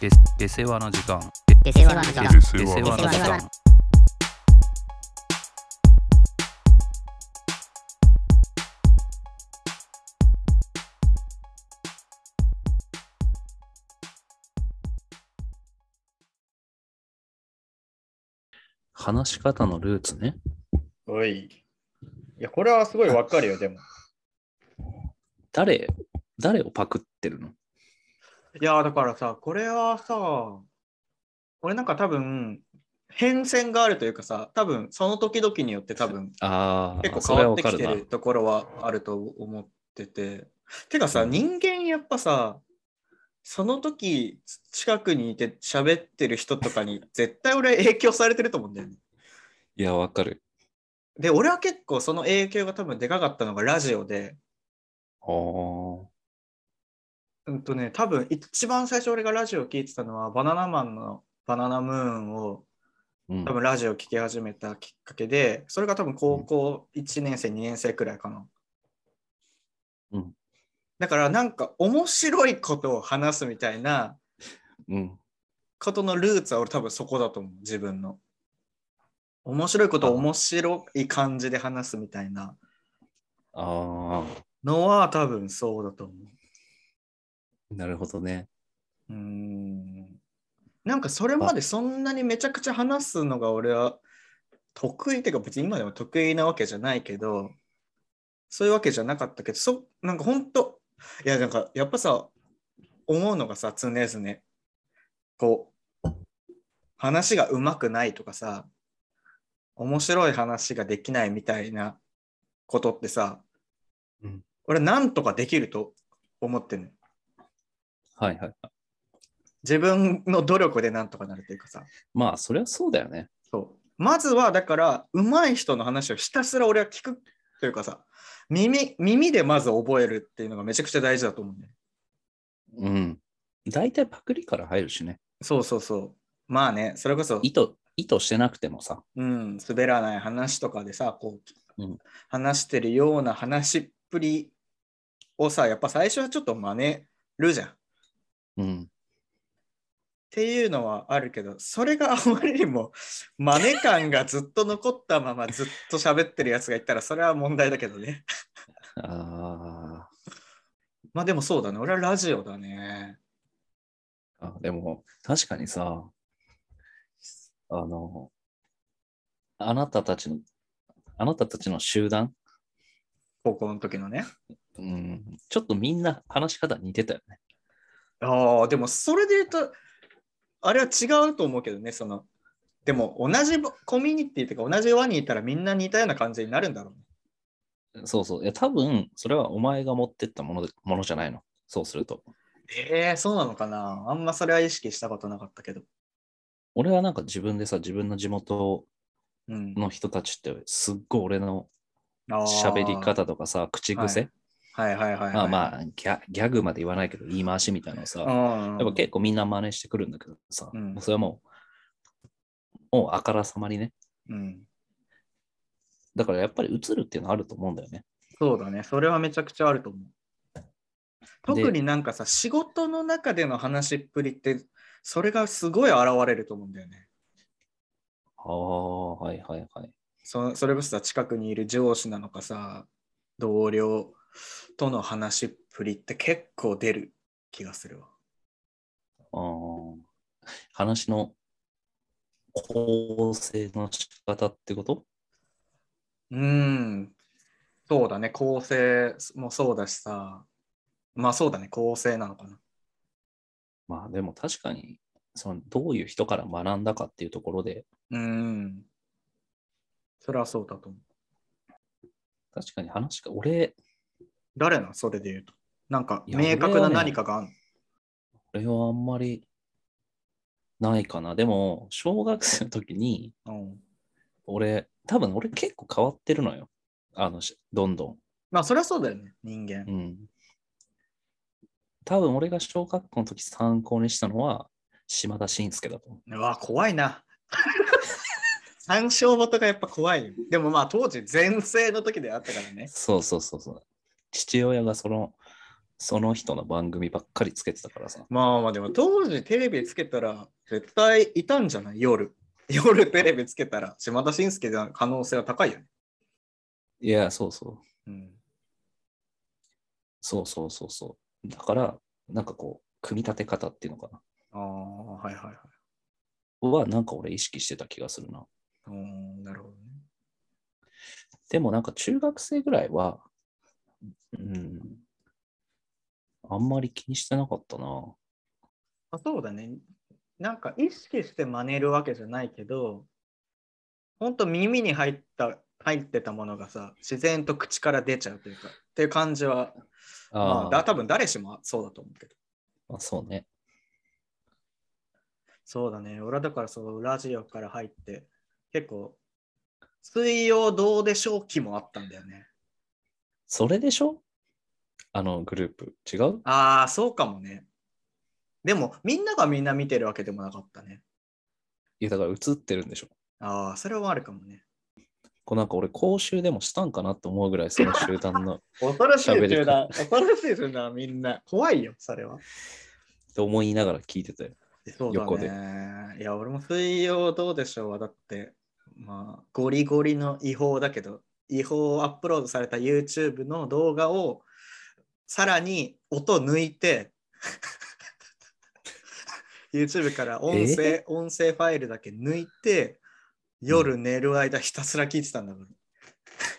で出世話の時間出世話の時間で出世世話の話時間話し方のルーツね。おい。いや、これはすごいわかるよ、でも。誰、誰をパクってるのいや、だからさ、これはさ、俺なんか多分、変遷があるというかさ、多分、その時々によって多分、ああ、結そ構れ変はわわってかきるてな。るところはあると思ってて。てかさ、人間やっぱさ、その時近くにいて喋ってる人とかに絶対俺影響されてると思うんだよね。いや、わかる。で、俺は結構その影響が多分でかかったのがラジオで、おうんとね、多分一番最初俺がラジオ聞いてたのはバナナマンのバナナムーンをうん多分ラジオ聞き始めたきっかけで、それが多分高校1年生、2年生くらいかな。うんだからなんか面白いことを話すみたいなうん。ことのルーツは俺多分そこだと思う、自分の。面白いことを面白い感じで話すみたいなああ、のは多分そうだと思う。なるほどね。うーんなんかそれまでそんなにめちゃくちゃ話すのが俺は得意っていうか別に今でも得意なわけじゃないけどそういうわけじゃなかったけどそなんか本当いやなんかやっぱさ思うのがさ常々こう話がうまくないとかさ面白い話ができないみたいなことってさ、うん俺なんとかできると思ってんのよはいはい。自分の努力でなんとかなるというかさまあ、そりゃそうだよね。そうまずはだから上手い人の話をひたすら俺は聞くというかさ耳耳でまず覚えるっていうのがめちゃくちゃ大事だと思うんだようん。大体パクリから入るしね。そうそうそうまあねそれこそ意図、意図してなくてもさ。うん、滑らない話とかでさこう、うん話してるような話っぷりをさやっぱ最初はちょっと真似るじゃんっうん。ていうのはあるけどそれがあまりにも 真似感がずっと残ったままずっと喋ってるやつがいたらそれは問題だけどね あまあでもそうだね。俺はラジオだね。ーあ、でも、確かにさ、あの、あなたたちの、あなたたちの集団、高校の時のね。うん、ちょっとみんな話し方似てたよね。ああ、でもそれで言うと、あれは違うと思うけどね。その、でも同じぼコミュニティとか同じ輪にいたらみんな似たような感じになるんだろうね。そうそう。いや、多分、それはお前が持ってったものでものじゃないの。そうすると。ええそうなのかな。あんまそれは意識したことなかったけど。俺はなんか自分でさ、自分の地元うん。の人たちって、すっごい俺のあー喋り。方とかさ、口癖、はいはいはい、はい。まあまあギャ、ギャグまで言わないけど、言い回しみたいなのさ、やっあぱ結構みんな真似してくるんだけどさ、うんそれはもう、もうあからさまにね。うん。だからやっぱり映るっていうのはあると思うんだよね。そうだね。それはめちゃくちゃあると思う。で特になんかさ、仕事の中での話っぷりって、それがすごい現れると思うんだよね。ああ、はいはいはい。そそれこそさ近くにいる上司なのかさ同僚との話っぷりって結構出る気がするわ。あー話の構成の仕方ってことうーんそうだね構成もそうだしさまあそうだね構成なのかな。まあでも確かに、そのどういう人から学んだかっていうところで、うーんそれはそうだと思う。確かに話が、俺、誰なのそれで言うと。なんかいや明確俺はなね何かがある俺はあんまりないかな。でも、小学生の時に、の、うん、俺、多分俺結構変わってるのよ。あの、しどんどん。まあそれはそうだよね人間。うん。多分俺が小学校の時参考にしたのは、島田紳介だと思う。うわ、怖いな。 三勝元がやっぱ怖いよ。でもまあ当時、全盛の時であったからね。そうそうそうそう。父親がそのその人の番組ばっかりつけてたからさ。まあまあでも当時テレビつけたら絶対いたんじゃない夜。 夜テレビつけたら島田紳介の可能性は高いよね。いや、そうそう。うん。そうそうそうそう。だから、なんかこう、組み立て方っていうのかああ、はいはいはい。な。は、なんか俺意識してた気がするな。うーん、なるほどね。でもなんか中学生ぐらいは、うん、あんまり気にしてなかったな。あそうだね。なんか意識して真似るわけじゃないけど、ほんと耳に入った、入ってたものがさ、自然と口から出ちゃうというか、っていう感じは、まあ、だ多分誰しもそうだと思うけど。あ、そうね。そうだね。俺はだからそう、ラジオから入って、結構、水曜どうでしょう期もあったんだよね。それでしょあのグループ。違うああ、そうかもね。でも、みんながみんな見てるわけでもなかったね。いや、だから映ってるんでしょ。ああ、それはあるかもね。こうなんか俺、講習でもしたんかなと思うぐらい、その集団の っ恐ろしい喋り集団方、恐ろしい集団、みんな。怖いよ、それは。て思いながら聞いてたよ。そうだね。横でいや、俺も水曜どうでしょうは、だって、まあ、ゴリゴリの違法だけど、違法アップロードされた YouTube の動画を、さらに音抜いて、YouTube から音声、音声ファイルだけ抜いて、夜寝る間ひたすら聞いてたんだか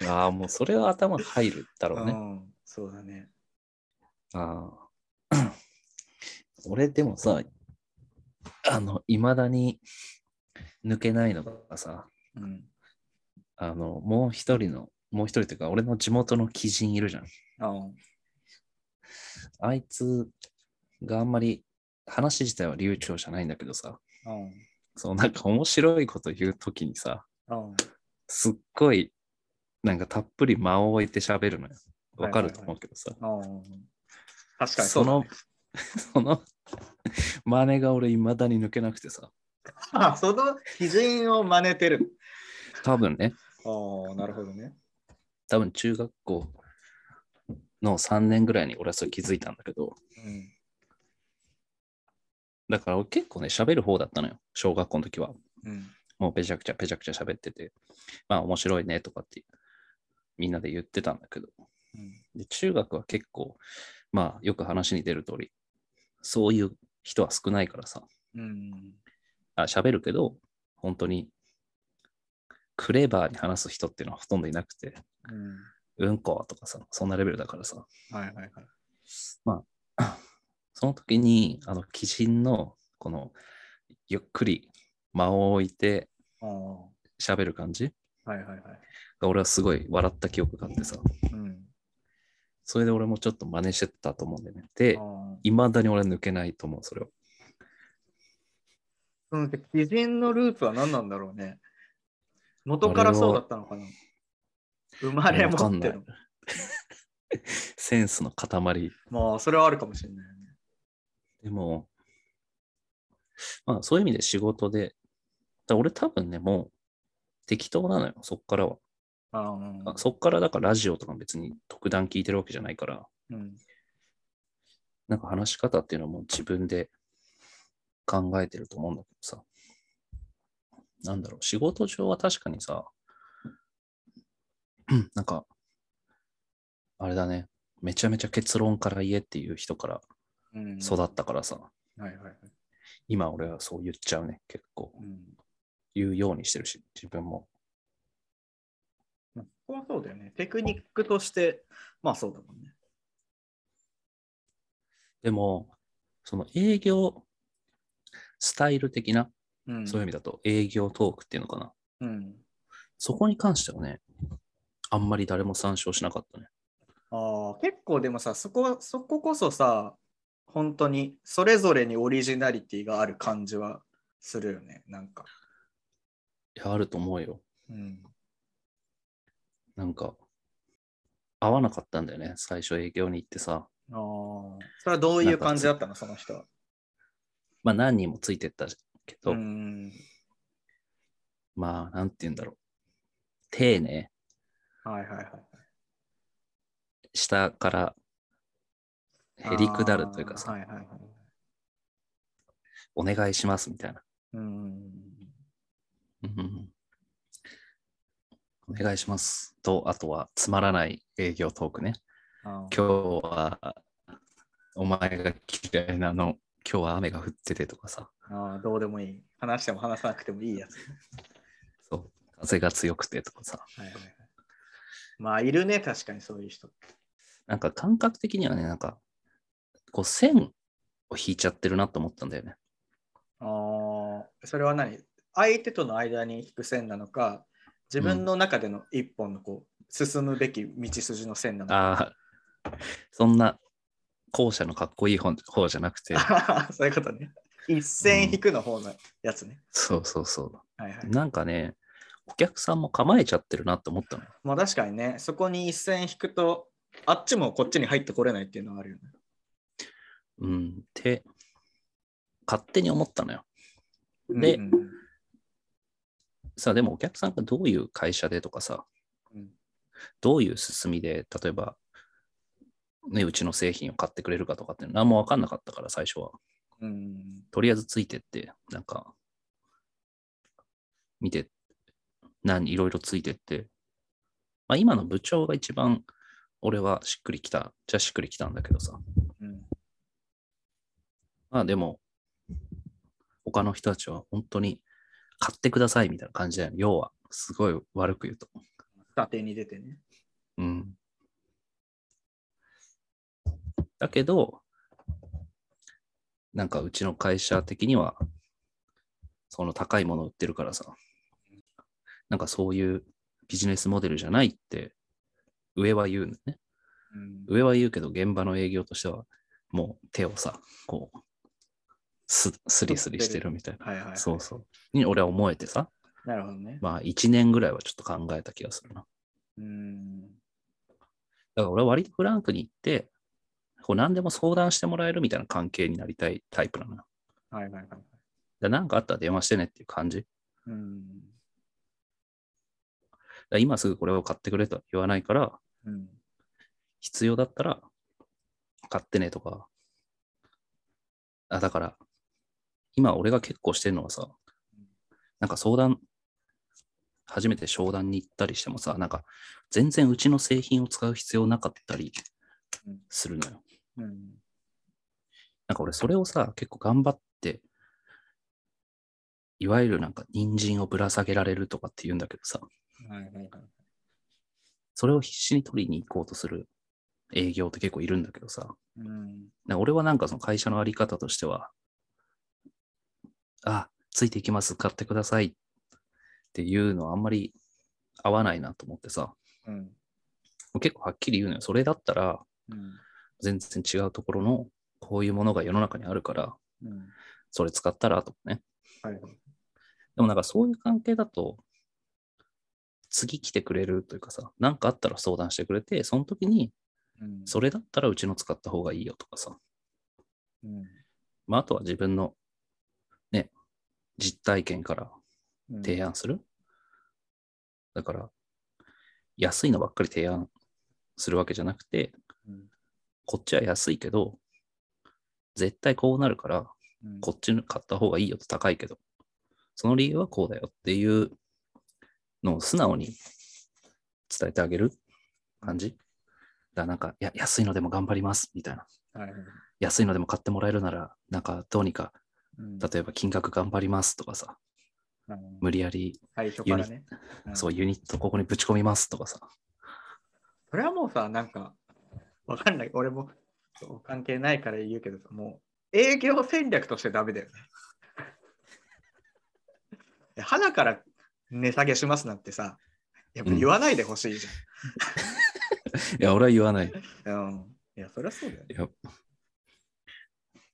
ら。ああ、もうそれは頭入るだろううね。ん、そうだね。ああ。 俺、でもさ、あの、いまだに抜けないのがさ、うん。あの、もう一人の、もう一人というか、俺の地元の鬼人いるじゃん。あうんあいつがあんまり話自体は流暢じゃないんだけどさ、うんそのなんか面白いこと言うときにさ、うんすっごいなんかたっぷり間を置いて喋るのよ。わかると思うけどさ、うん確かにそだのね、その 真似が俺未だに抜けなくてさ、 あその基準を真似てる。多分ね、ああ、なるほどね。多分中学校の3年ぐらいに俺はそれ気づいたんだけど、うん。だから俺結構ね、喋る方だったのよ、小学校の時は。うん。もうペチャクチャペチャクチャ喋ってて、まあ面白いねとかってみんなで言ってたんだけど、うんで中学は結構、まあよく話に出る通り、そういう人は少ないからさ、うん。あ喋るけど、本当にクレバーに話す人っていうのはほとんどいなくて、うん。うんことかさ、そんなレベルだからさ、はいはいはい。その時に、あの、鬼人の、この、ゆっくり間を置いてああ。喋る感じはいはいはい。が俺はすごい笑った記憶があってさ、うん。それで俺もちょっと真似してたと思うんだよね。であ、あ。いまだに俺は抜けないと思う、それを。その基準のルーツは何なんだろうね。元からそうだったのかな。生まれ持ってわかんる。センスの塊。まあ、それはあるかもしれないよね。でも、まあそういう意味で仕事で、だ俺多分ね、もう適当なのよ、そっからは。ああ、うんあそっからだからラジオとか別に特段聞いてるわけじゃないから、うん。なんか話し方っていうのはもう自分で考えてると思うんだけどさ。なんだろう、仕事上は確かにさ、 うんなんか、あれだね、めちゃめちゃ結論から言えっていう人からうん。育ったからさ、はいはいはい。今俺はそう言っちゃうね、結構。うん。言うようにしてるし、自分も。まあ、そこはそうだよね。テクニックとして、まあそうだもんね。でも、その営業スタイル的な、うん。そういう意味だと営業トークっていうのかな。うん。そこに関してはね、あんまり誰も参照しなかったね。ああ、結構でもさ、そこは、そここそさ、本当にそれぞれにオリジナリティがある感じはするよね、なんか。いや、あると思うよ。うん。なんか、合わなかったんだよね。最初営業に行ってさ。ああ。それはどういう感じだったの、その人は。まあ何人もついてったけど、うん。まあなんて言うんだろう。丁寧、はいはいはい。下からへりくだるというかさ、はいはいはい。お願いしますみたいな。うん。うんお願いします。と、あとはつまらない営業トークね。あー今日はお前が嫌いなの、今日は雨が降っててとかさ、あー、どうでもいい。話しても話さなくてもいいやつ。そう風が強くてとかさ、はいはいはい。まあ、いるね、確かにそういう人。なんか感覚的にはね、なんかこう線を引いちゃってるなと思ったんだよね。ああ、それは何相手との間に引く線なのか、自分の中での一本のこう進むべき道筋の線なのか。ああ、そんな後者のかっこいい方方じゃなく て、そういうことね。一線引くの方のやつね。そうそうそう。はいはい。なんかね、お客さんも構えちゃってるなと思ったのよ。まあ確かにね、そこに一線引くと、あっちもこっちに入ってこれないっていうのはあるよね。うん、って、勝手に思ったのよ。でうんさあ、でもお客さんがどういう会社でとかさ、うんどういう進みで、例えば、ね、うちの製品を買ってくれるかとかって何も分かんなかったから、最初は。うんうんとりあえずついてって、なんか、見て、何、いろいろついてって、まあ、今の部長が一番、俺はしっくりきた、じゃあしっくりきたんだけどさ、うんまあでも、他の人たちは本当に買ってくださいみたいな感じだよね。要は、すごい悪く言うと。縦に出てね。うん。だけど、なんかうちの会社的には、その高いものを売ってるからさ、なんかそういうビジネスモデルじゃないって、上は言うんだよね。うん上は言うけど、現場の営業としては、もう手をさ、こう、す、すりすりしてるみたいな。はいはい。そうそう。に俺は思えてさ、なるほどね。まあ1年ぐらいはちょっと考えた気がするな。うん。だから俺は割とフランクに行って、こう何でも相談してもらえるみたいな関係になりたいタイプなのよ。だかはいはいはいはい。らなんかあったら電話してねっていう感じ。だかうん。ら今すぐこれを買ってくれとは言わないから、うん。必要だったら買ってねとか。あ、だから、今俺が結構してるのはさ、なんか相談、初めて商談に行ったりしてもさ、なんか全然うちの製品を使う必要なかったりうんするのよ。うん。なんか俺それをさ、結構頑張って、いわゆるなんか人参をぶら下げられるとかって言うんだけどさ、はいはいはい。それを必死に取りに行こうとする営業って結構いるんだけどさ、うん。なんか俺はなんかその会社のあり方としては、あ、ついていきます、買ってくださいっていうのはあんまり合わないなと思ってさ、うん。結構はっきり言うのよ。それだったらうん。全然違うところのこういうものが世の中にあるから、うん。それ使ったらとかね。はい。でもなんかそういう関係だと、次来てくれるというかさ、なんかあったら相談してくれて、その時に、うん。それだったらうちの使った方がいいよとかさ、うん。まあ、あとは自分の、ね、実体験からうん提案する。だから、安いのばっかり提案するわけじゃなくて、うんこっちは安いけど、絶対こうなるから、うんこっちの買った方がいいよと高いけど、その理由はこうだよっていうのを素直に伝えてあげる感じ。だからなんか、いや、安いのでも頑張りますみたいな。はいはい安いのでも買ってもらえるなら、なんかどうにか、うん例えば金額頑張りますとかさ、あの無理やり、最初からね。んそう、ユニットここにぶち込みますとかさ。それはもうさ、なんか、わかんない。俺もそう関係ないから言うけどさ、もう営業戦略としてダメだよね。 いや花から値下げしますなんてさ、やっぱ言わないでほしいじいや、俺は言わない。ゃん。うん。いや、そりゃそうだよね。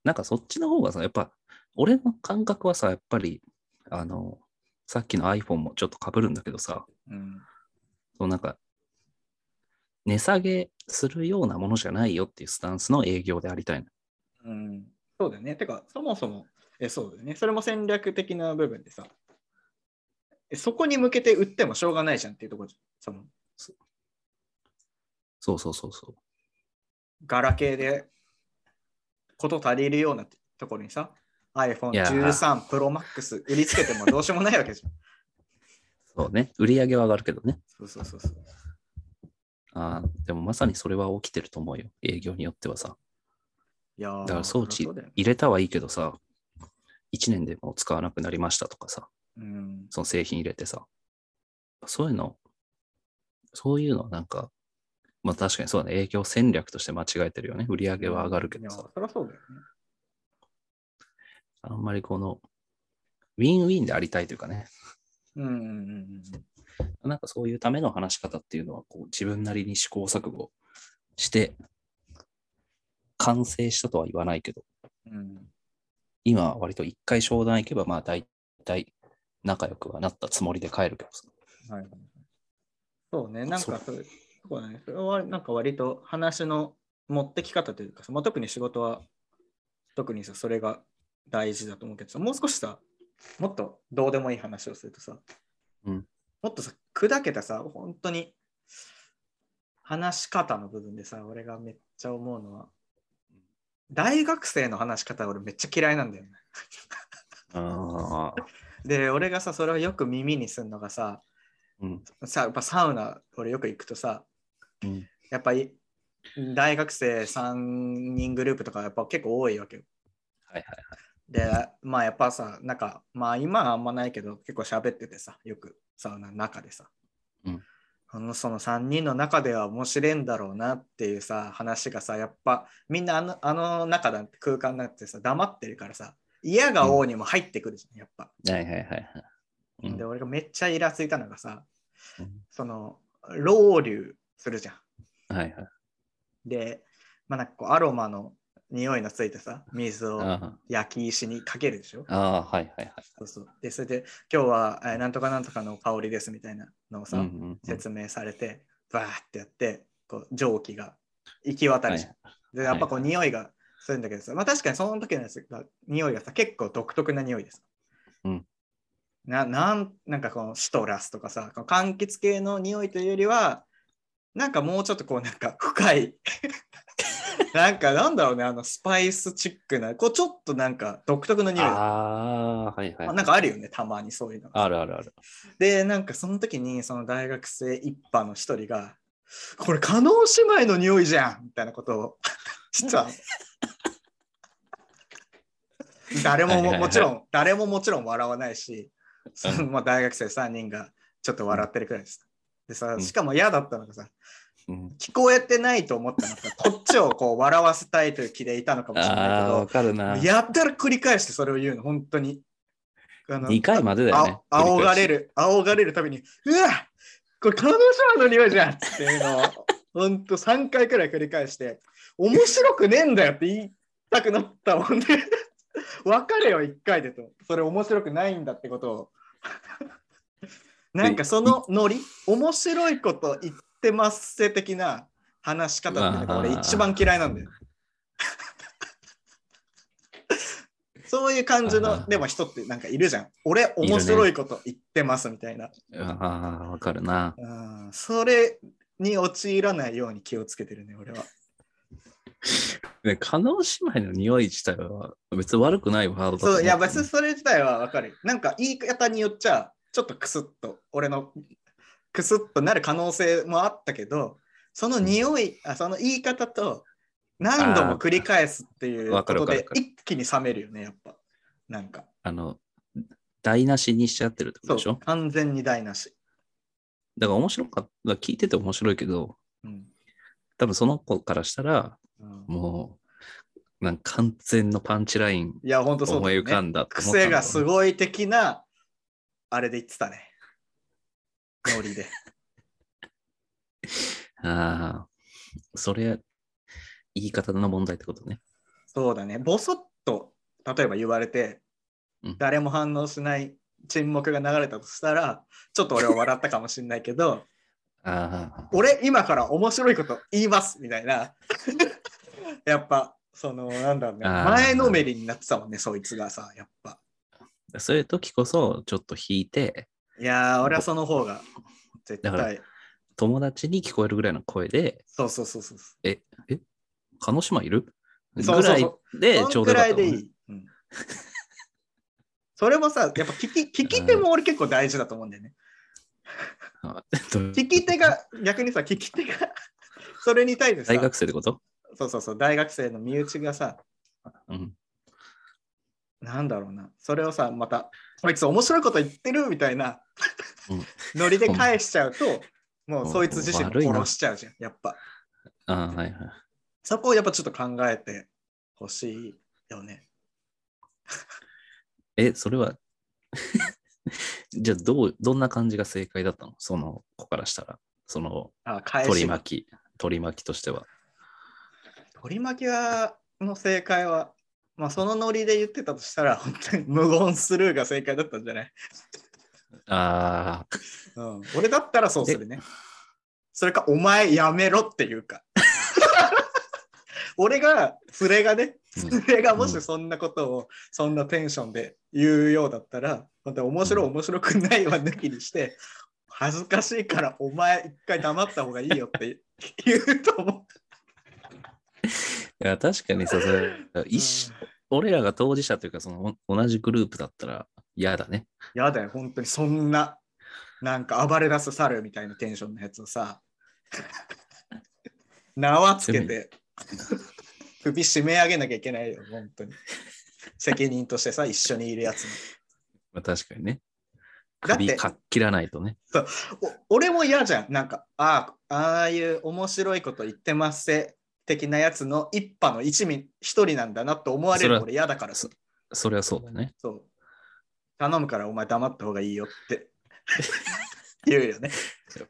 なんかそっちの方がさ、やっぱ、俺の感覚はさ、やっぱり、あの、さっきの iPhone もちょっと被るんだけどさ、うん。そのなんか、値下げするようなものじゃないよっていうスタンスの営業でありたいの。うん、そうだよね。てか、そもそも、えそうだよね。それも戦略的な部分でさ、えそこに向けて売ってもしょうがないじゃんっていうところじゃんその、そうそうそうそう。ガラケーでこと足りるようなところにさ、いやー iPhone13 Pro Max 売りつけてもどうしようもないわけじ ゃん。そうね。売り上げは上がるけどね。そうそうそうそう。ああ、でもまさにそれは起きてると思うよ。営業によってはさ。いやーだから装置そりゃそうだよね入れたはいいけどさ、1年でもう使わなくなりましたとかさ、うん。その製品入れてさ。そういうの、そういうのはなんか、まあ確かにそうだね。営業戦略として間違えてるよね。売り上げは上がるけどいさや。そりゃそうだよね。あんまりこの、ウィンウィンでありたいというかね、うんうんうんうん。なんかそういうための話し方っていうのは、こう自分なりに試行錯誤して、完成したとは言わないけど、うん今は割と一回商談行けば、まあ大体仲良くはなったつもりで帰るけどさ。はいはいはい。そうね、なんそかうそれそうだね、それはなんか割と話の持ってき方というかさ、まあ、特に仕事は特にさそれが大事だと思うけどさ、もう少しさ、もっとどうでもいい話をするとさ、うんもっとさ、砕けたさ、本当に話し方の部分でさ、俺がめっちゃ思うのは、大学生の話し方俺めっちゃ嫌いなんだよね。ああ、で、俺がさ、それをよく耳にするのがさ、うん。さやっぱサウナ俺よく行くとさ、うんやっぱり大学生3人グループとかやっぱ結構多いわけよ。はいはいはい。で、まあやっぱさ、なんか、まあ今はあんまないけど結構喋っててさ、よくサウナの中でさ。うんあのその3人の中では面白いんだろうなっていうさ話がさやっぱみんなあのあの中だって空間だってさ黙ってるからさ嫌が王にも入ってくるじゃん、やっぱ、はいはいはいはい。うんで俺がめっちゃイラついたのがさうんそのロウリュするじゃんはいはい。で、まあ、なんかこうアロマの匂いのついたさ、水をあ焼き石にかけるでしょ。あ、ああはいはいはい。そうそうで、それで、今日はえーなんとかなんとかの香りですみたいなのをさ、うんうんうん説明されて、バーってやって、こう蒸気が行き渡るじゃん。で、やっぱこはうい匂いがするんだけどさ、まあ確かにその時のやつが匂いがさ、結構独特な匂いです。うんななんなんかこのシトラスとかさ、この柑橘系の匂いというよりは、なんかもうちょっとこうなんか深い なんかなんだろうねあのスパイスチックなこうちょっとなんか独特の匂いあまあ、はいはいあ。なんかあるよねたまにそういうのあるあるある。でなんかその時にその大学生一派の一人が「これ加納姉妹の匂いじゃん!」みたいなことを 実は誰ももはいはいはいもちろん誰ももちろん笑わないしそのまあ大学生3人がちょっと笑ってるくらいです。でさうんしかも嫌だったのがさうん、聞こえてないと思ったのかこっちをこう笑わせたいという気でいたのかもしれああ、なわいかるな。けどやったら繰り返してそれを言うの本当に。あの2回までだよね。あお繰りが返しれる、仰がれるために、うわこれ、カナダシャワーの匂いじゃんっていう のを、ほんと3回くらい繰り返して、面白くねえんだよって言いたくなったもんね。別れよ、1回でと。それ面白くないんだってことを。なんかそのノリ、面白いこと言ってますせ的な話し方っていうのが俺一番嫌いな んだよ。そういう感じあのーでも人ってなんかいるじゃん。俺面白いこと言ってますみたいな。ああ、わかるな。うん、それに陥らないように気をつけてるね、俺は。ね、加納姉妹の匂い自体は別に悪くないワードだと思そういや、別にそれ自体はわかる。なんか言い方によっちゃ、ちょっとクスッと、俺のクスッとなる可能性もあったけど、その匂い、あその言い方と何度も繰り返すっていうあーわこかるとわかるわでかる一気に冷めるよね、やっぱ。なんか、あの、台無しにしちゃってるってことそでしょう、完全に台無し。だから面白かった、聞いてて面白いけど、うん多分その子からしたら、うんもう、なんか完全のパンチラインいや、ほんとそう思だいよ浮かね。んだと思った癖がすい。ごい的な、あれで言ってたね。ノ リで。ああ、それ、言い方の問題ってことね。そうだね。ボソッと、例えば言われてうん、誰も反応しない沈黙が流れたとしたら、ちょっと俺は笑ったかもしれないけ ど、ああ、俺今から面白いこと言いますみた いな。やっぱ、その、なんだろうね。あー前のめりになってたもんね、そいつがさ、やっぱ。そういう時こそ、ちょっと引いて、いやー、俺はその方が、絶だから対。友達に聞こえるぐらいの声で、そうそうそうそう。え、え、鹿児島いるぐそうそらうそいうでちょそんうどくよからったいもんでねいい。うんそれもさ、やっぱ 聞き、聞き手も俺結構大事だと思うんだよね。あどういう聞き手が、逆にさ、聞き手が、 それに対してさ、大学生ってことそうそうそう、大学生の身内がさ、うん。なんだろうな、それをさ、また、こいつ面白いこと言ってるみたいなうん、 ノリで返しちゃうと、もうそいつ自身悪いもな殺しちゃうじゃん、やっぱ。ああ、はいはい。そこをやっぱちょっと考えてほしいよね。え、それは、 じゃあどう、どんな感じが正解だったのその子からしたら。そのあ、返取りしが。巻き、取り巻きとしては。取り巻きはの正解は、まあ、そのノリで言ってたとしたら、本当に無言スルーが正解だったんじゃない、ああ、うん、俺だったらそうするね。それか、お前やめろっていうか。俺が、連れがね、連れがもしそんなことを、そんなテンションで言うようだったら、本当に面白い、う面白くないは抜きにして、恥ずかしいから、お前一回黙った方がいいよって言うと思いや確かにさ、それう。一緒俺らが当事者というか、そのお同じグループだったら嫌だね。やだよ、本当にそんな、なんか暴れ出す猿みたいなテンションのやつをさ、 縄つけて、首締め上げなきゃいけないよ、本当に。責任としてさ、一緒にいるやつにまあ、確かにね。だって首かっ切らないとね。お俺も嫌じゃん、なんか、ああ、ああいう面白いこと言ってますせ的なやつの一派の一味、一人なんだなと思われそれるは俺嫌だからさ、それはそうだね。そう。頼むからお前黙った方がいいよって 言うよね。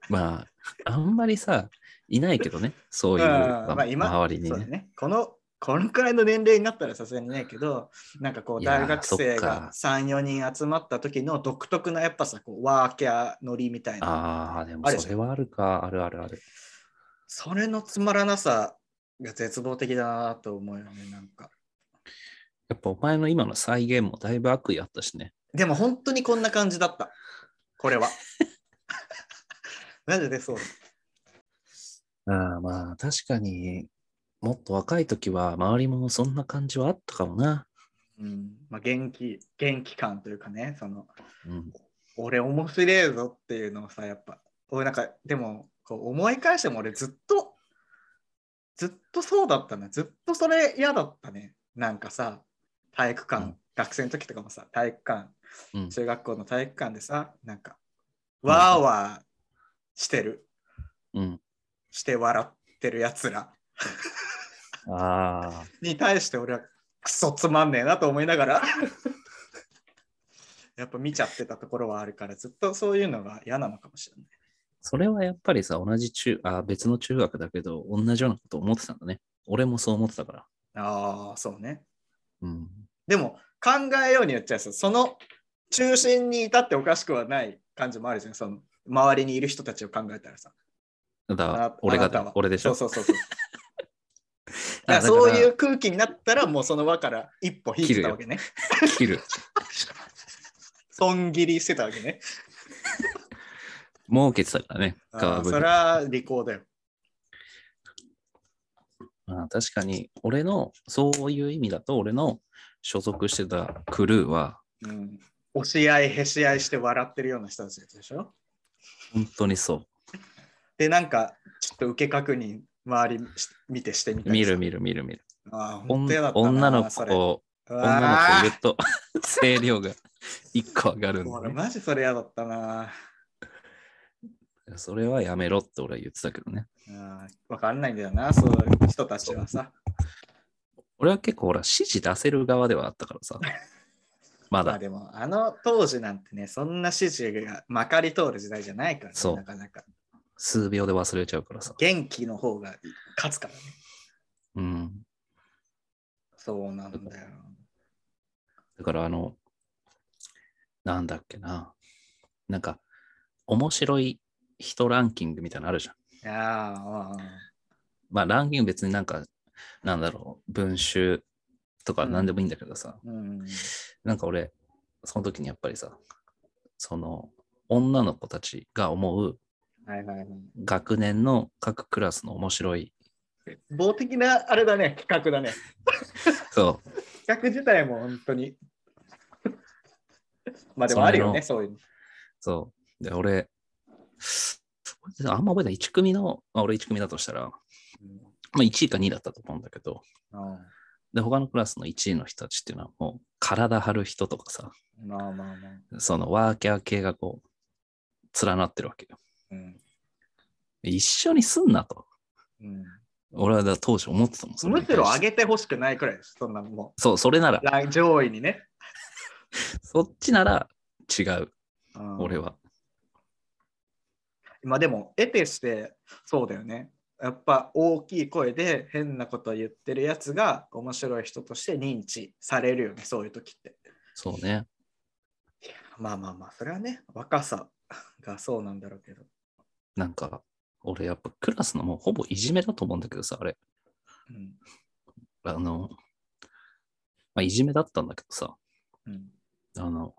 まあ、あんまりさ、いないけどね、そういう、うんまあ今周りにそうだね。ね。この、このくらいの年齢になったらさすがにないけど、なんかこう、いやー大学生そっがか3、4人集まった時の独特なやっぱさ、こうワーキャーノリみたいな。ああ、でもあるじゃんそれはあるか、あるあるある。それのつまらなさが絶望的だなと思うよね、なんか。やっぱお前の今の再現もだいぶ悪意あったしね。でも本当にこんな感じだった。こ れは。マジでそう。ああまあ、確かにもっと若い時は周りもそんな感じはあったかもな。うん。まあ、元気、元気感というかね、その、うん。俺面白えぞっていうのをさやっぱ俺なんかでもこう思い返しても俺ずっとずっとそうだったねずっとそれ嫌だったねなんかさ体育館、うん学生の時とかもさ体育館うん、中学校の体育館でさなんかわーわーしてるうん。して笑ってるやつらああ、に対して俺はクソつまんねえなと思いな がらやっぱ見ちゃってたところはあるからずっとそういうのが嫌なのかもしれない。それはやっぱりさ、同じ中、あー別の中学だけど、同じようなこと思ってたんだね。俺もそう思ってたから。ああそうね。うん。でも考えようによっちゃさその中心にいたっておかしくはない感じもあるじゃんその周りにいる人たちを考えたらさただあ俺あなたはが、俺でしょ。そ うそうそうそうあだからそういうう空気になったらもうその輪から一歩引いてたわけね切る。損切りしてたわけね儲けてたからね。あ川ー淵それは利口だよまあ、確かに、俺の、そういう意味だと、俺の所属してたクルーは、うん押し合いへし合いして笑ってるような人たちでしょ本当にそでなんかちょっと受け確認周りし見てしてみう。たり見さる見る見る見る。あーお本ん当嫌だったな女の子それを、うわー女の子いると、 声量が 一個上がるんだ俺ね、マジそれ嫌だったなそれはやめろって俺は言ってたけどね。あーわかんないんだよな、そういう人たちはさ。俺は結構ほら、指示出せる側ではあったから さ。ままあだ。でも、あの当時なんてね、そんな指示がまかり通る時代じゃないから、そうね、なかなか。数秒で忘れちゃうからさ。元気の方が勝つからね。うん。そうなんだよ。だからあの、なんだっけな。なんか、面白い人ランキングみたいなのあるじゃん。いやーまあまあランキング別になんか、なんだろう、文集とか何でもいいんだけどさ、うん。なんか俺、その時にやっぱりさ、その女の子たちが思うはいはいはい。学年の各クラスの面白い、棒的なあれだね、企画だね。そう。企画自体も本当に。 まあでもあるよね、そういうの。そう。で、俺、あんま覚えてない。1組の、まあ、俺1組だとしたら、まあ、1位か2位だったと思うんだけど、うんで、他のクラスの1位の人たちっていうのはもう体張る人とかさ、まあまあまあ。そのワーキャー系がこう、連なってるわけよ。うん一緒にすんなと。うん、俺はだ当時思ってたもん。それむにしろ対して上げてほしくないくらいです、そんなもそう、それならう。、ラ上位にね。そっちなら違う、うん俺は。まあでも、得てして、そうだよね。やっぱ大きい声で変なこと言ってるやつが面白い人として認知されるよね、そういう時って。そうね。まあまあまあ、それはね、若さがそうなんだろうけど。なんか、俺やっぱクラスのもうほぼいじめだと思うんだけどさ、あれ。うん。あの、まあ、いじめだったんだけどさ、うん。あの、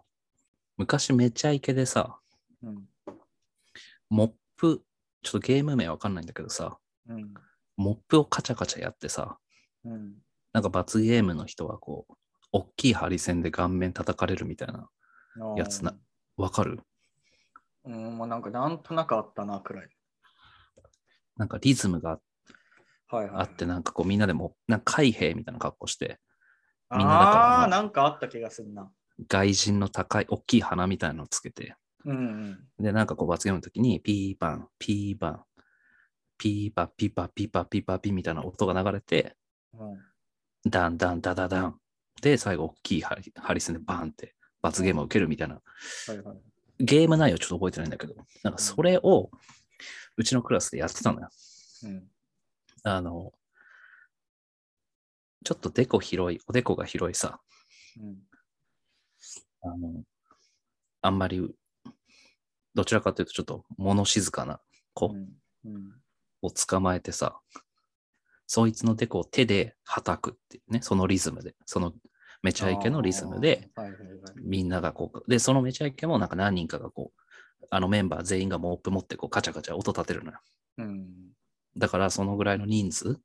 昔めちゃイケでさ、うん。モップ、ちょっとゲーム名わかんないんだけどさ、うん。モップをカチャカチャやってさ、うん。なんか罰ゲームの人はこう、大きい針線で顔面叩かれるみたいな。やつな。わかるうん、まあなんかなんとなくあったな、くらい。なんかリズムがはいはい。あって、なんかこうみんなでも、なんか海兵みたいな格好して、みんなだからあまああー、なんかあった気がするな。外人の高い、大きい鼻みたいのをつけて、うんうん。で、なんかこう罰ゲームの時に、ピーパン、ピーパン、ピーパピパピパピパピみたいな音が流れて、うんダンダンダダダン。で、最後、大きい針針線でバーンって罰ゲームを受けるみたいな。はいはい。ゲーム内容ちょっと覚えてないんだけど、なんかそれを、うちのクラスでやってたのよ。うん。あの、ちょっとデコ広い、おでこが広いさ、うん。あの、あんまり、どちらかというとちょっと物静かなう子んうん。を捕まえてさ、そいつのデコを手で叩くっていうね、そのリズムで、そのめちゃイケのリズムで、あー。はいはいはい。みんながこう、で、そのめちゃイケもなんか何人かがこう、あのメンバー全員がモップ持ってこうカチャカチャ音立てるのよ。うん。だからそのぐらいの人数、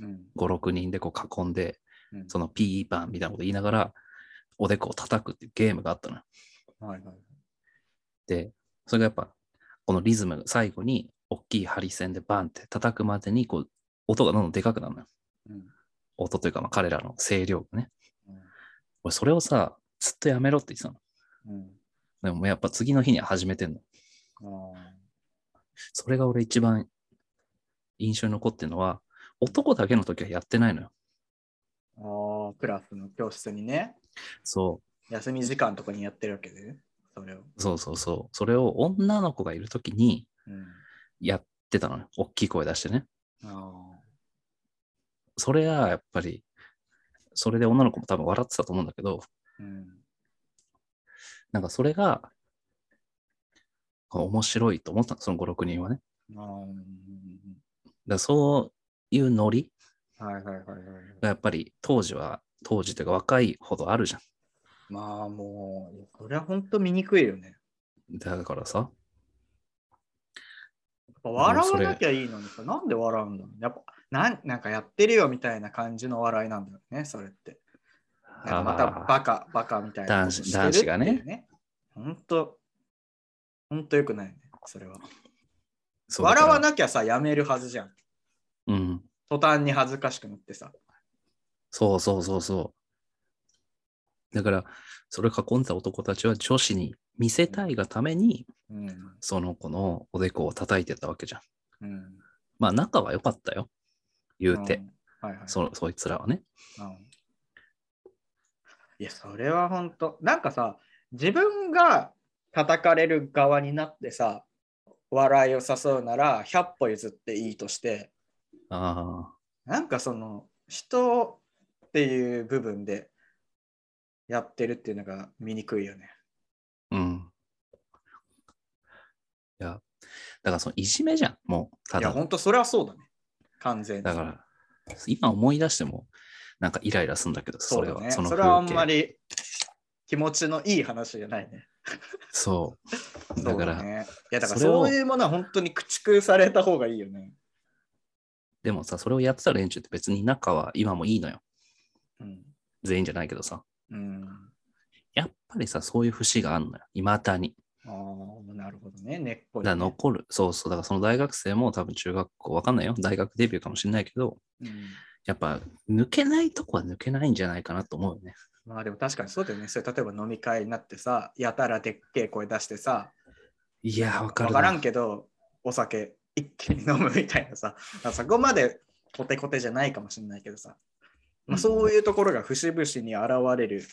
うん。 5、6人でこう囲んで、うんそのピーパンみたいなこと言いながら、おでこを叩くっていうゲームがあったのよ。はいはい。で、それがやっぱ、このリズムが最後に、大きい針線でバンって叩くまでに、こう、音がどんどんでかくなるのよ。うん。音というか、まあ彼らの声量がね。うん俺、それをさ、ずっとやめろって言ってたの。うん。でももうやっぱ次の日には始めてんの。あそれが俺一番印象に残ってるのは、男だけの時はやってないのよ。ーあー、クラスの教室にね、そう。休み時間とかにやってるわけでね、それを。そうそうそう。それを女の子がいるときにうん。やってたのよ。大きい声出してね。あそれがやっぱり、それで女の子も多分笑ってたと思うんだけど、ーうん。なんかそれが面白いと思ったのその5、6人はね。だかあーうんらそういうノリはいはいはいはい。がやっぱり当時は、当時というか若いほどあるじゃまあもう、いやこれは本当見にくいよね。ん。だからさ、やっぱ笑わなきゃいいのにさ、なんで笑うんだろうやっぱなん、なんかやってるよみたいな感じの笑いなんだよね、それって。なんかまたあーバカ、バカみたいなことしてるっていう。男子男子が本当、本当よくないね、それは。そうだから笑わなきゃさ、やめるはずじゃん。うん。途端に恥ずかしくなってさ。そうそうそうそう。だから、それを囲んだ男たちは女子に見せたいがために、うん。その子のおでこを叩いてたわけじゃん。うん。まあ仲は良かったよ。言うて、んはいはい。そそいつらはね。うんいや、それは本当なんかさ、自分が叩かれる側になってさ、笑いを誘うなら100歩譲っていいとして、ああ、なんかその人っていう部分でやってるっていうのが見にくいよね。うん。いや、だからそのいじめじゃん、もう、たいや、だ。本当それはそうだね。完全に。だから、今思い出しても、なんかイライラするんだけど、そそうれだは、ね。そそのれはあ風ん景まり気持ちのいい話じゃないね。そう。そだうから、ね、いやだからそれをそういうものは本当に駆逐された方がいいよね。でもさ、それをやってた連中って別に仲は今もいいのよ。うん。全員じゃないけどさ。うん。やっぱりさ、そういう節があんのよ。いまだに。ああ、なるほどね。根っこだに、かね。ら残る。そうそう。だからその大学生も多分中学校、わかんないよ。大学デビューかもしれないけど、うん。やっぱ抜けないとこは抜けないんじゃないかなと思うよね。まあでも確かにそうだよね。それ例えば飲み会になってさ、やたらでっけえ声出してさ、いやー、わかわるな。からんけど、お酒一気に飲むみたいなさ、あそこまでコテコテじゃないかもしれないけどさ、まあ、そういうところが節々に現れる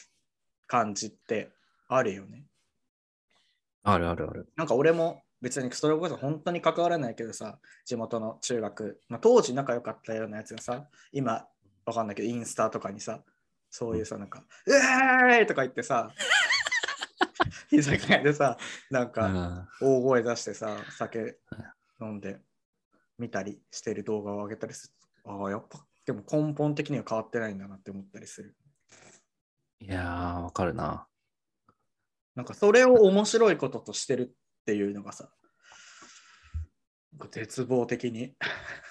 感じってあるよね。あるあるある。なんか俺も別にそれこそ本当に関わらないけどさ、地元の中学、まあ、当時仲良かったようなやつがさ、今わかんないけどインスタとかにさ、そういうさ、なんか、うえーいとか言って さ、居酒屋でさ、なんかあ大声出してさ、酒飲んで見たりしてる動画を上げたりする。ああ、やっぱ、でも根本的には変わってないんだなって思ったりする。ーいやー、わかるな。なんかそれを面白いこととしてるっていうのがさ、なんか絶望的に。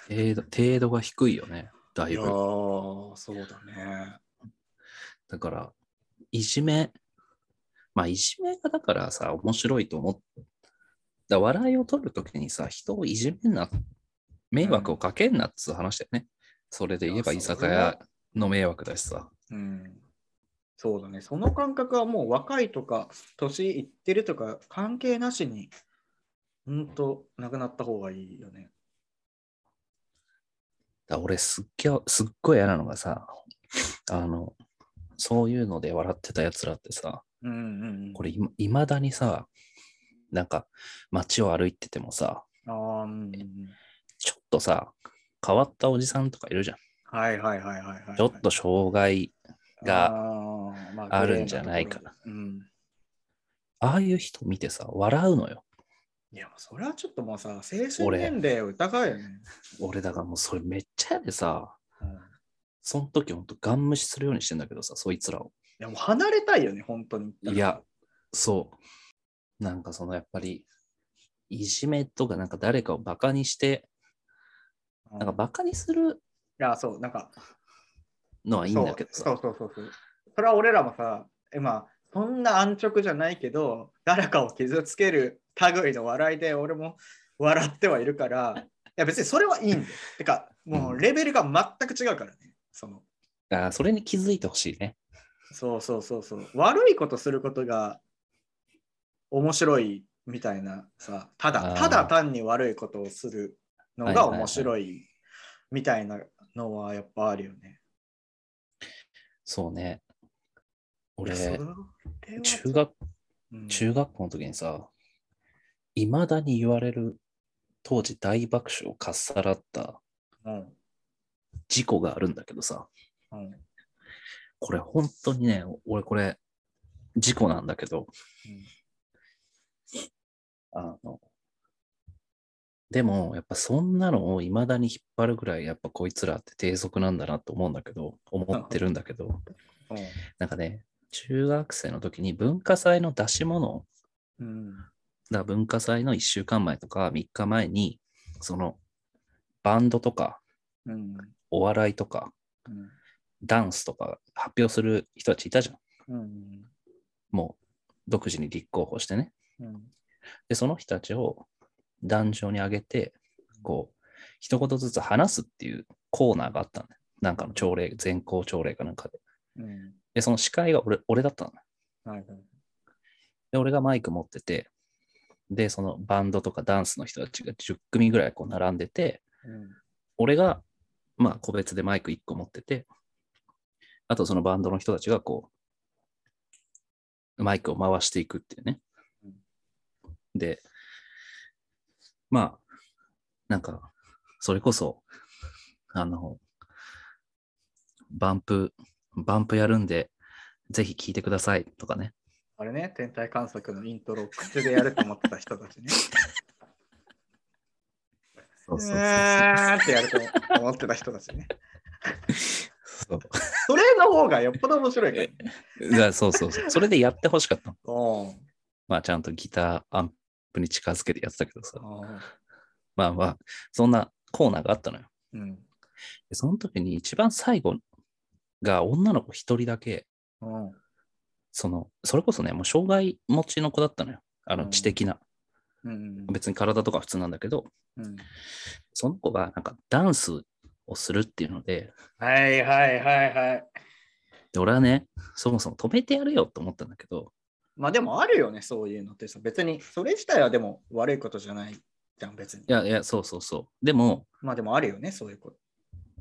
程度程度が低いよね。だいいやぶ。ー、そうだね。だから、いじめ、まあ、いじめがだからさ、面白いと思っだ笑いを取るときにさ、人をいじめんな、迷惑をかけんなっつう話だよね。それで言えばい居やそれ酒は屋の迷惑だしさ。うん。そうだね。その感覚はもう若いとか、年いってるとか関係なしに、うんと、なくなった方がいいよね。だから俺すっげえ、すっごい嫌なのがさ、あの、そういうので笑ってたやつらってさ、うんうんうん。これいまだにさ、なんか街を歩いててもさ、ああ、うんうんうん。ちょっとさ、変わったおじさんとかいるじゃん。はいはいはいはい、はい。ちょっと障害、があー、まあるんじゃないかな。グレーところうん。ああいう人見てさ、笑うのよ。いや、それはちょっともうさ、精神俺年齢を疑うよね。俺だからもうそれめっちゃ嫌でさ、うんいその時ほんとガン無視するようにしてんだけどさ、そいつらを。や、もう離れたいよね、本当に。いや、そう。なんかそのやっぱり、いじめとかなんか誰かをバカにして、なう、んかバカにするいや、そう、なんか、のはいいんだけどそうさ、そうそうそうそう。それは俺らもさ、今、そんな安直じゃないけど、誰かを傷つける類の笑いで、俺も笑ってはいるから、いや、別にそれはいいんだよ。てか、もうレベルが全く違うからね。そのあーそれに気づいてほしいね。そうそうそうそう。悪いことすることが面白いみたいなさ、ただあーただ単に悪いことをするのが面白いみたいなのはやっぱあるよね。そうね。俺、いやそれは中学、うん中学校の時にさ、いまだに言われる、当時大爆笑をかっさらったうん事故があるんだけどさ、うんこれ本当にね、俺これ、事故なんだけど、あの、でも、やっぱそんなのを未だに引っ張るぐらい、やっぱこいつらって低俗なんだなと思うんだけど、思ってるんだけど、なんかね、中学生の時に文化祭の出し物、うんだから文化祭の1週間前とか3日前に、その、バンドとか、うんうんお笑いとか、うんダンスとか発表する人たちいたじゃん。うんもう、独自に立候補してね。うんで、その人たちを壇上に上げて、こう、一言ずつ話すっていうコーナーがあったんだよ。なんかの朝礼、全校朝礼かなんかで。うんで、その司会が俺俺だったのね。はいはいで、俺がマイク持ってて、で、そのバンドとかダンスの人たちが10組ぐらいこう並んでて、うん俺が、まあ、個別でマイク1個持ってて、あとそのバンドの人たちがこう、マイクを回していくっていうねうん。で、まあ、なんか、それこそ、あの、バンプ、バンプやるんで、ぜひ聴いてくださいとかね。あれね、天体観測のイントロを口でやると思ってた人たちね。そううそうそうーってやると思ってた人たちね。そうそれの方がよっぽど面白いからね。そう。だからそうそうそう。それでやってほしかったの。おまあ、ちゃんとギター、アンプに近づけてやってたけどさ。ーまあまあ、そんなコーナーがあったのよ。うん。でその時に一番最後が女の子一人だけ、うん。その、それこそね、もう障害持ちの子だったのよ。あうの、ん知的な。うん。別に体とか普通なんだけど、うんその子がなんかダンスをするっていうので、はいはいはいはい。で俺はね、そもそも止めてやれよと思ったんだけど、まあでもあるよね、そういうのってさ。別に、それ自体はでも悪いことじゃないじゃん、別にい。やいや、そうそうそう。でも、まあでもあるよね、そういうこと。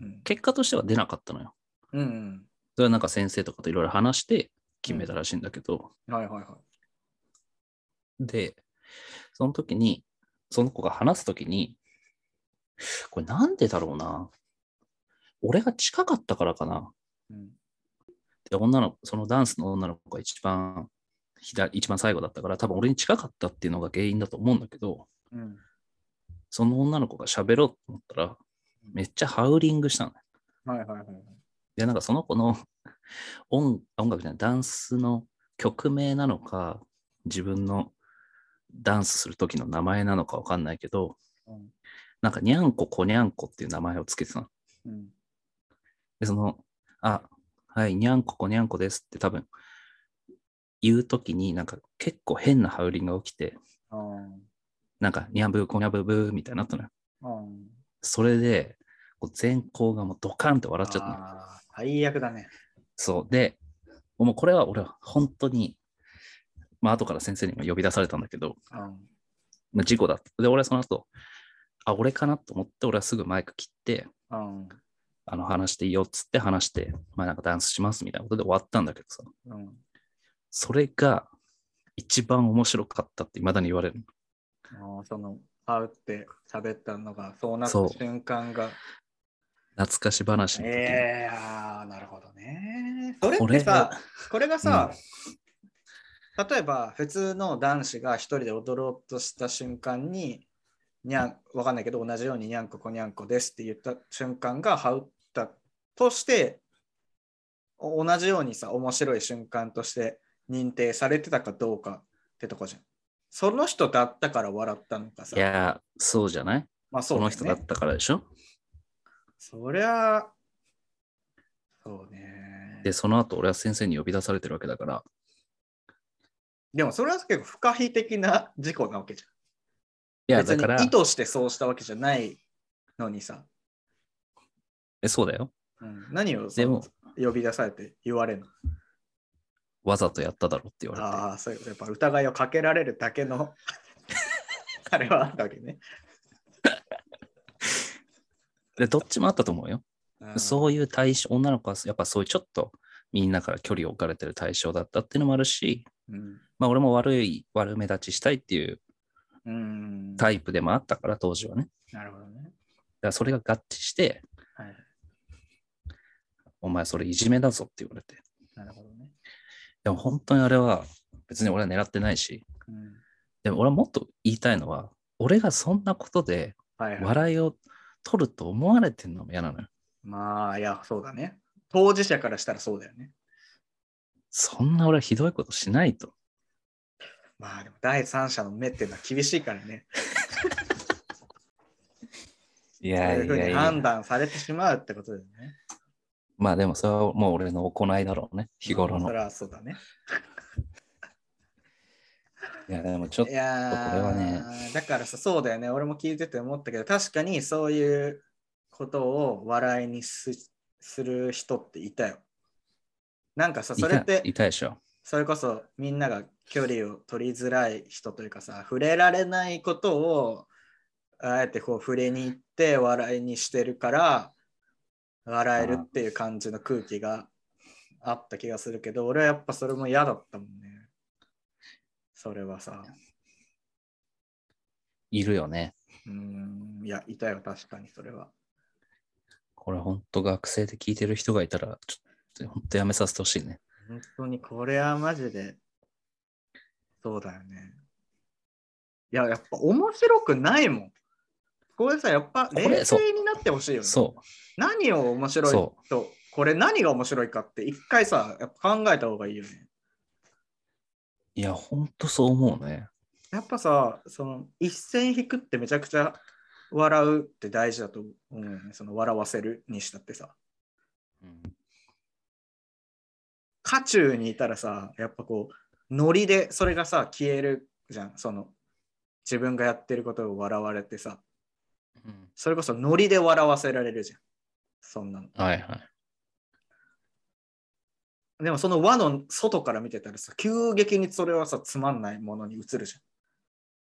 うん。結果としては出なかったのよ。うん、それはなんか先生とかといろいろ話して決めたらしいんだけど、うん。はいはいはで、その時に、その子が話す時に、これなんでだろうな。俺が近かったからかな。い。うん。で、女のそのダンスの女の子が一番左、一番最後だったから、多分俺に近かったっていうのが原因だと思うんだけど、うん。その女の子が喋ろうと思ったら、めっちゃハウリングしたのね。はいはいはいはい。で、なんかその子の 音音楽じゃない、ダンスの曲名なのか、自分のダンスする時の名前なのかわかんないけど、うんなんかにゃんここにゃんこっていう名前をつけてたの。うん。で、その、あ、はい、にゃんここにゃんこですって多分言うときになんか結構変なハウリングが起きて、あなんかにゃんぶーこにゃぶーぶーみたいになったのよ。あ。あそれで、こう全校がもうドカンって笑っちゃったのよ。あ。最悪だね。そう。で、もうこれは俺は本当に、まあ後から先生にも呼び出されたんだけど、うん。まあ、事故だった。で、俺はその後、あ、俺かなと思って、俺はすぐマイク切って、うん。あの話していいよっつって話して、まあなんかダンスしますみたいなことで終わったんだけどさ、うん。それが一番面白かったって未だに言われる。ああその、会うって喋ったのが、そうなっそたう瞬間が。懐かし話の時に、ええああ、なるほどね。それっこてれさ、これがさ、例えば普通の男子が一人で踊ろうとした瞬間に、にゃん、わかんないけど、同じようににゃんここにゃんこですって言った瞬間が、はうったとして、お同じようにさ、面白い瞬間として認定されてたかどうかってとこじゃん。その人だったから笑ったのかさい、やー、そうじゃないまあそそうだのよ人だねっ。たからでしょそりゃあ、そうね。で、その後俺は先生に呼び出されてるわけだから、でもそれは結構不可避的な 事故なわけじいゃや、ん。別だにから意、図してそうしたわけじゃないのにさ、えそうだよ。うん、何をそでのも呼び出されて言われるのわざとやっただろって言われて。ああ、そういうことやっぱ疑いをかけられるだけの あれはあったわけね。で、どっちもあったと思うよ。うんそういう対象、女の子はやっぱそういうちょっとみんなから距離を置かれてる対象だったっていうのもあるし、うん。まあ俺も悪い、悪目立ちしたいっていううん。タイプでもあったから、当時はね。だなるほどね。からそれが合致して、はい。お前それいじめだぞって言われて。なるほどね。でも本当にあれは別に俺は狙ってないし、うん、でも俺はもっと言いたいのは、俺がそんなことではい、はい。笑いを取ると思われてるのも嫌なのよ。まあ、いや、そうだね。当事者からしたらそうだよね。そんな俺はひどいことしないと。まあ、でも第三者の目っていうのは厳しいからね。いそういうふうに判断されてしまうってことだよね。まあでもそれはもう俺の行いだろうね、日頃まあのそ。りゃそうだね。いやでもちょっいと、やーこれはねだからさ、そうだよね。俺も聞いてて思ったけど、確かにそういうことを笑いにすする人っていたよ。なんかさ、それっいたいて、たでしょ。それこそみんなが距離を取りづらい人というかさ、触れられないことを、あえてこう触れに行って笑いにしてるから、笑えるっていう感じの空気があった気がするけど、俺はやっぱそれも嫌だったもんね。それはさ。いるよね。うーん、いや、いたよ、確かにそれは。これ本当学生で聞いてる人がいたら、ちょっと本当やめさせてほしいね。本当にこれはマジで、そうだよね。いや、やっぱ面白くないもん。これさ、やっぱこれ冷静そうになってほしいよね。そう。何を面白いそと、これ何が面白いかって一回さ、やっぱ考えた方がいいよね。いや、本当そう思うね。やっぱさ、その一線引くってめちゃくちゃ笑うって大事だと思うよね。その笑わせるにしたってさ。うん渦中にいたらさ、やっぱこう、ノリでそれがさ、消えるじゃん。その、自分がやってることを笑われてさ、うんそれこそノリで笑わせられるじゃん。そんなの。はいはい。でもその輪の外から見てたらさ、急激にそれはさ、つまんないものに映るじ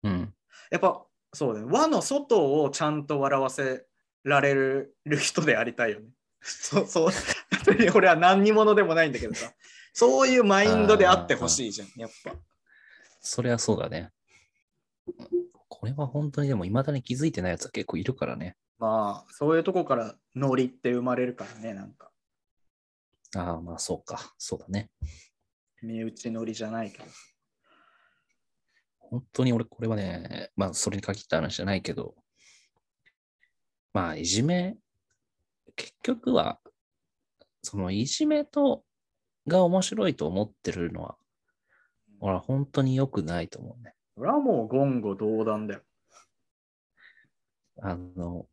ゃん。うん。やっぱ、そうだよ、ね。輪の外をちゃんと笑わせられる人でありたいよね。そう、そう。 本当に俺は何にものでもないんだけどさ、そういうマインドであってほしいじゃん、やっぱ。そりゃそうだね。これは本当にでも未だに気づいてないやつは結構いるからね。まあ、そういうとこからノリって生まれるからね、なんか。ああ、まあそうか。そうだね。身内ノリじゃないけど。本当に俺、これはね、まあそれに限った話じゃないけど、まあいじめ、結局は、そのいじめと、が面白いと思ってるのは、俺は本当に良くないと思うね。俺はもう言語道断だよ。あの、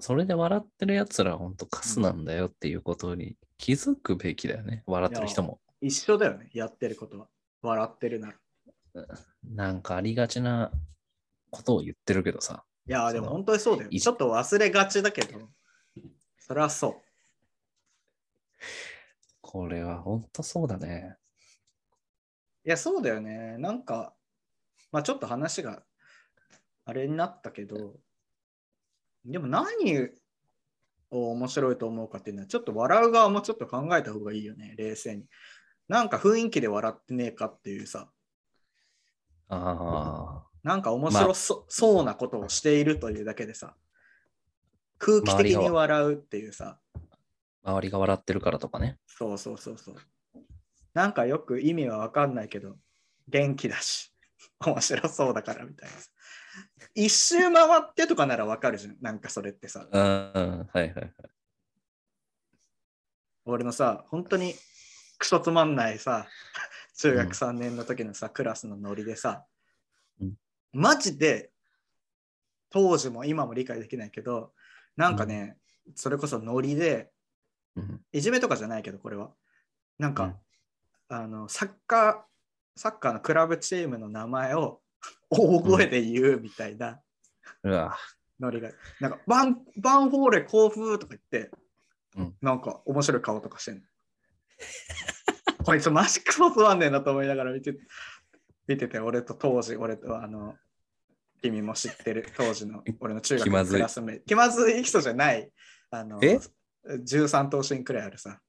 それで笑ってるやつらは本当カスなんだよっていうことに気づくべきだよね。笑ってる人も。一緒だよね、やってることは。笑ってるなら。いなんかありがちなことを言ってるけどさ。やー、でも本当にそうだよ。いじちょっと忘れがちだけど、それはそう。これは本当そうだね。いや、そうだよね。なんか、まあちょっと話があれになったけど、でも何を面白いと思うかっていうのは、ちょっと笑う側もちょっと考えた方がいいよね、冷静に。なんか雰囲気で笑ってねえかっていうさ、あなんか面白そ,、そうなことをしているというだけでさ、空気周り的がに笑うっていうさ、あ、周りが笑ってるからとかね。そうそうそうそう。なんかよく意味はわかんないけど、元気だし、 面白そうだからみたいな。一周回ってとかならわかるじゃん。なんかそれってさ、うん、うんはいはいはい。俺のさ、本当にクソつまんないさ、中学3年の時のさ、クラスのノリでさうん、マジで当時も今も理解できないけど、なんかね、それこそノリで、うんいじめとかじゃないけど、これは。なんうか、あの、サッカー、サッカーのクラブチームの名前を 大声で言うみたいなうわ、ノリが、なんか、バン、バンフォーレ甲府とか言って、うんなんか面白い顔とかしてんの。こいつマジクソつまんねえなと思いながら見て、見てて、俺と当時、俺とあの、君も知ってる当時の俺の中学気まのずいクラスメイト。気まずい人じゃない。あのえ13頭身くらいあるさ。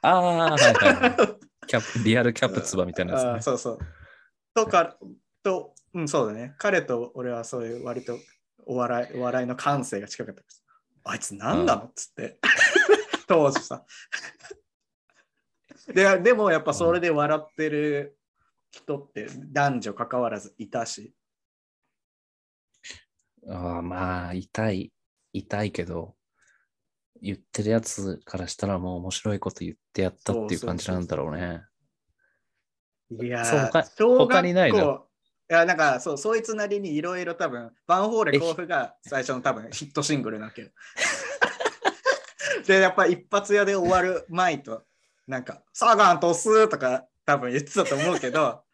ああ、はいはいはい。キャップ、リアルキャップツバみたいなあやーつね。そうそう。とか、と、うん、そうだね。彼と俺はそういう割とお笑いお笑いの感性が近かったです。あいつ何なのっ つって。当時さ。ででもやっぱそれで笑ってる人って男女関わらずいたし、ああ、まあ、痛い、痛いけど、言ってるやつからしたらもう面白いこと言ってやったっていう感じなんだろうね。い やそうー他小学校他にないのいや、なんか、そう、そいつなりにいろいろ多分、バンホーレ甲府が最初の多分ヒットシングルなわけよ。 で、やっぱ一発屋で終わる前と、なんか、サガン鳥栖とか多分言ってたと思うけど、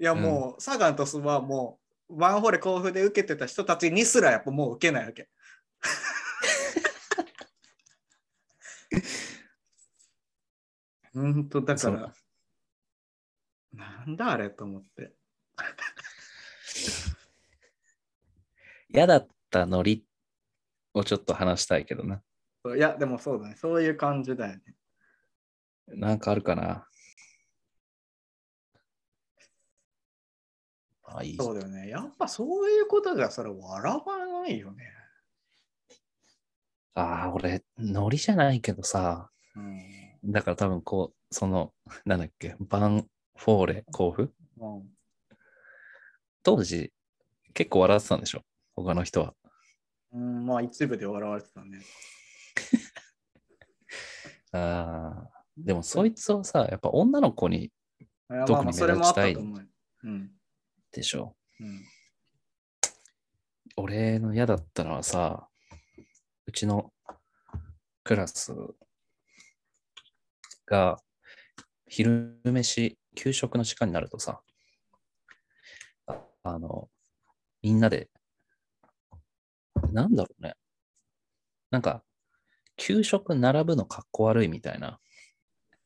いや、もう、サガン鳥栖はもう、バンホーレ甲府で受けてた人たちにすらやっぱもう受けないわけ。本当だかそらう、なんだあれと思って。嫌だったノリをちょっと話したいけどな。そういや、でもそうだね。そういう感じだよね。なんかあるかな。あ、いい。そうだよね。やっぱそういうことじゃ、それ笑わないよね。ああ、俺、ノリじゃないけどさ、うん。だから多分こう、その、なんだっけ、バンフォーレ甲府うん、当時、結構笑ってたんでしょ他の人は。うん、まあ一部で笑われてたね。ああ、でもそいつをさ、やっぱ女の子にいやま特あにま目あ立ちたいそれもあったと思うよ。うん。でしょうん。俺の嫌だったのはさ、うちのクラスが、昼飯、給食の時間になるとさ、ああの、みんなで、なんだろうね。なんか、給食並ぶのかっこ悪いみたいな。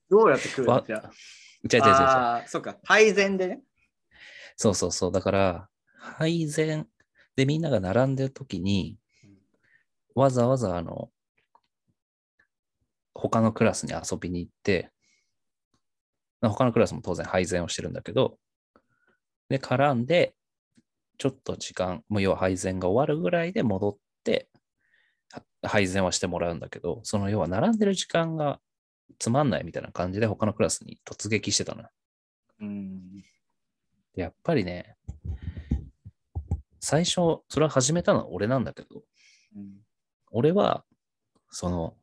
どうやって食うのわじゃ違う違う違う違うあ。ああ、そうか。配膳でね。そうそうそう。だから、配膳でみんなが並んでるときに、わざわざあの、他のクラスに遊びに行って、まあ他のクラスも当然配膳をしてるんだけど、で、絡んで、ちょっと時間、もう要は配膳が終わるぐらいで戻って、は配膳はしてもらうんだけど、その要は並んでる時間がつまんないみたいな感じで他のクラスに突撃してたのようん。やっぱりね、最初、それは始めたのは俺なんだけど、うん俺は、その、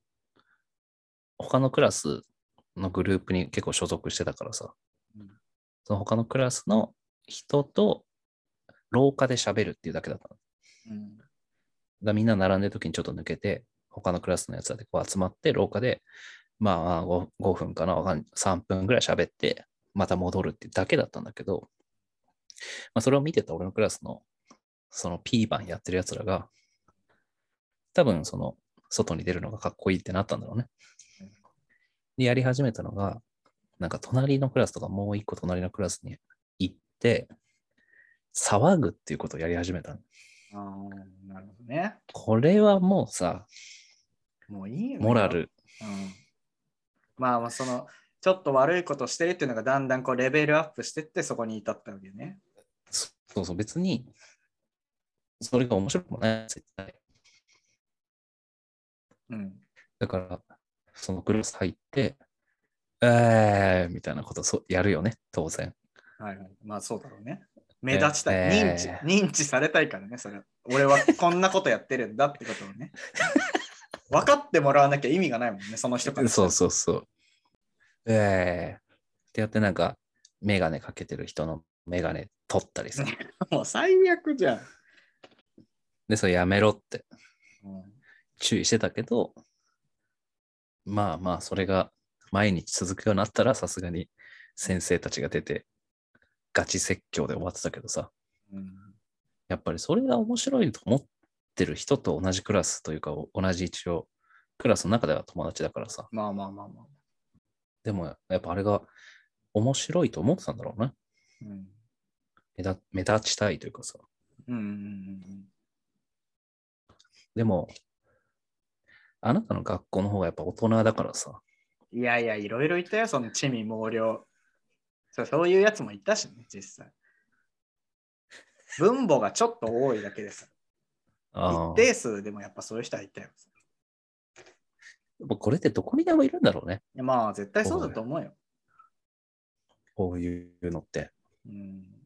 他のクラスのグループに結構所属してたからさうん、その他のクラスの人と廊下で喋るっていうだけだったの。だかうんらみんな並んでる時にちょっと抜けて、他のクラスのやつらでこう集まって、廊下で、まあ 5, 5分かな、わかんない3分ぐらい喋って、また戻るっていうだけだったんだけど、まあ、それを見てた俺のクラスの、その P 番やってるやつらが、多分その、外に出るのがかっこいいってなったんだろうね。で、やり始めたのが、なんか隣のクラスとかもう一個隣のクラスに行って、騒ぐっていうことをやり始めたの。ああ、なるほどね。これはもうさ、もういいよねモラ。ル。うんまあまあ、その、ちょっと悪いことしてるっていうのがだんだんこうレベルアップしてってそこに至ったわけね。そそうそう、別に、それが面白くもない、絶対。うん。だから、そのクラス入って、えー、みたいなことそうやるよね、当然。はいはい。まあそうだろうね。目立ちたい。認知え、認知されたいからね、それ。俺はこんなことやってるんだってことをね。分かってもらわなきゃ意味がないもんね、その人から。そうそうそう。えー、ってやって、なんか、メガネかけてる人のメガネ取ったりさ。う。もう最悪じゃん。で、それやめろってうん注意してたけど、まあまあ、それが毎日続くようになったら、さすがに先生たちが出て、ガチ説教で終わってたけどさ。うんやっぱりそれが面白いと思ってる人と同じクラスというか、お同じ一応、クラスの中では友達だからさ。まあまあまあまあ。でも、やっぱあれが面白いと思ってたんだろうね。うん。目立目立ちたいというかさ。うんうんうんでも、あなたの学校の方がやっぱ大人だからさ。うん。いやいや、いろいろいたよ、その地味猛量。そうそういうやつもいたしね、実際。分母がちょっと多いだけです。あ一あ。定数でもやっぱそういう人はいたよ。もうこれってどこにでもいるんだろうね。いやまあ絶対そうだと思うよ。こういうのって。うん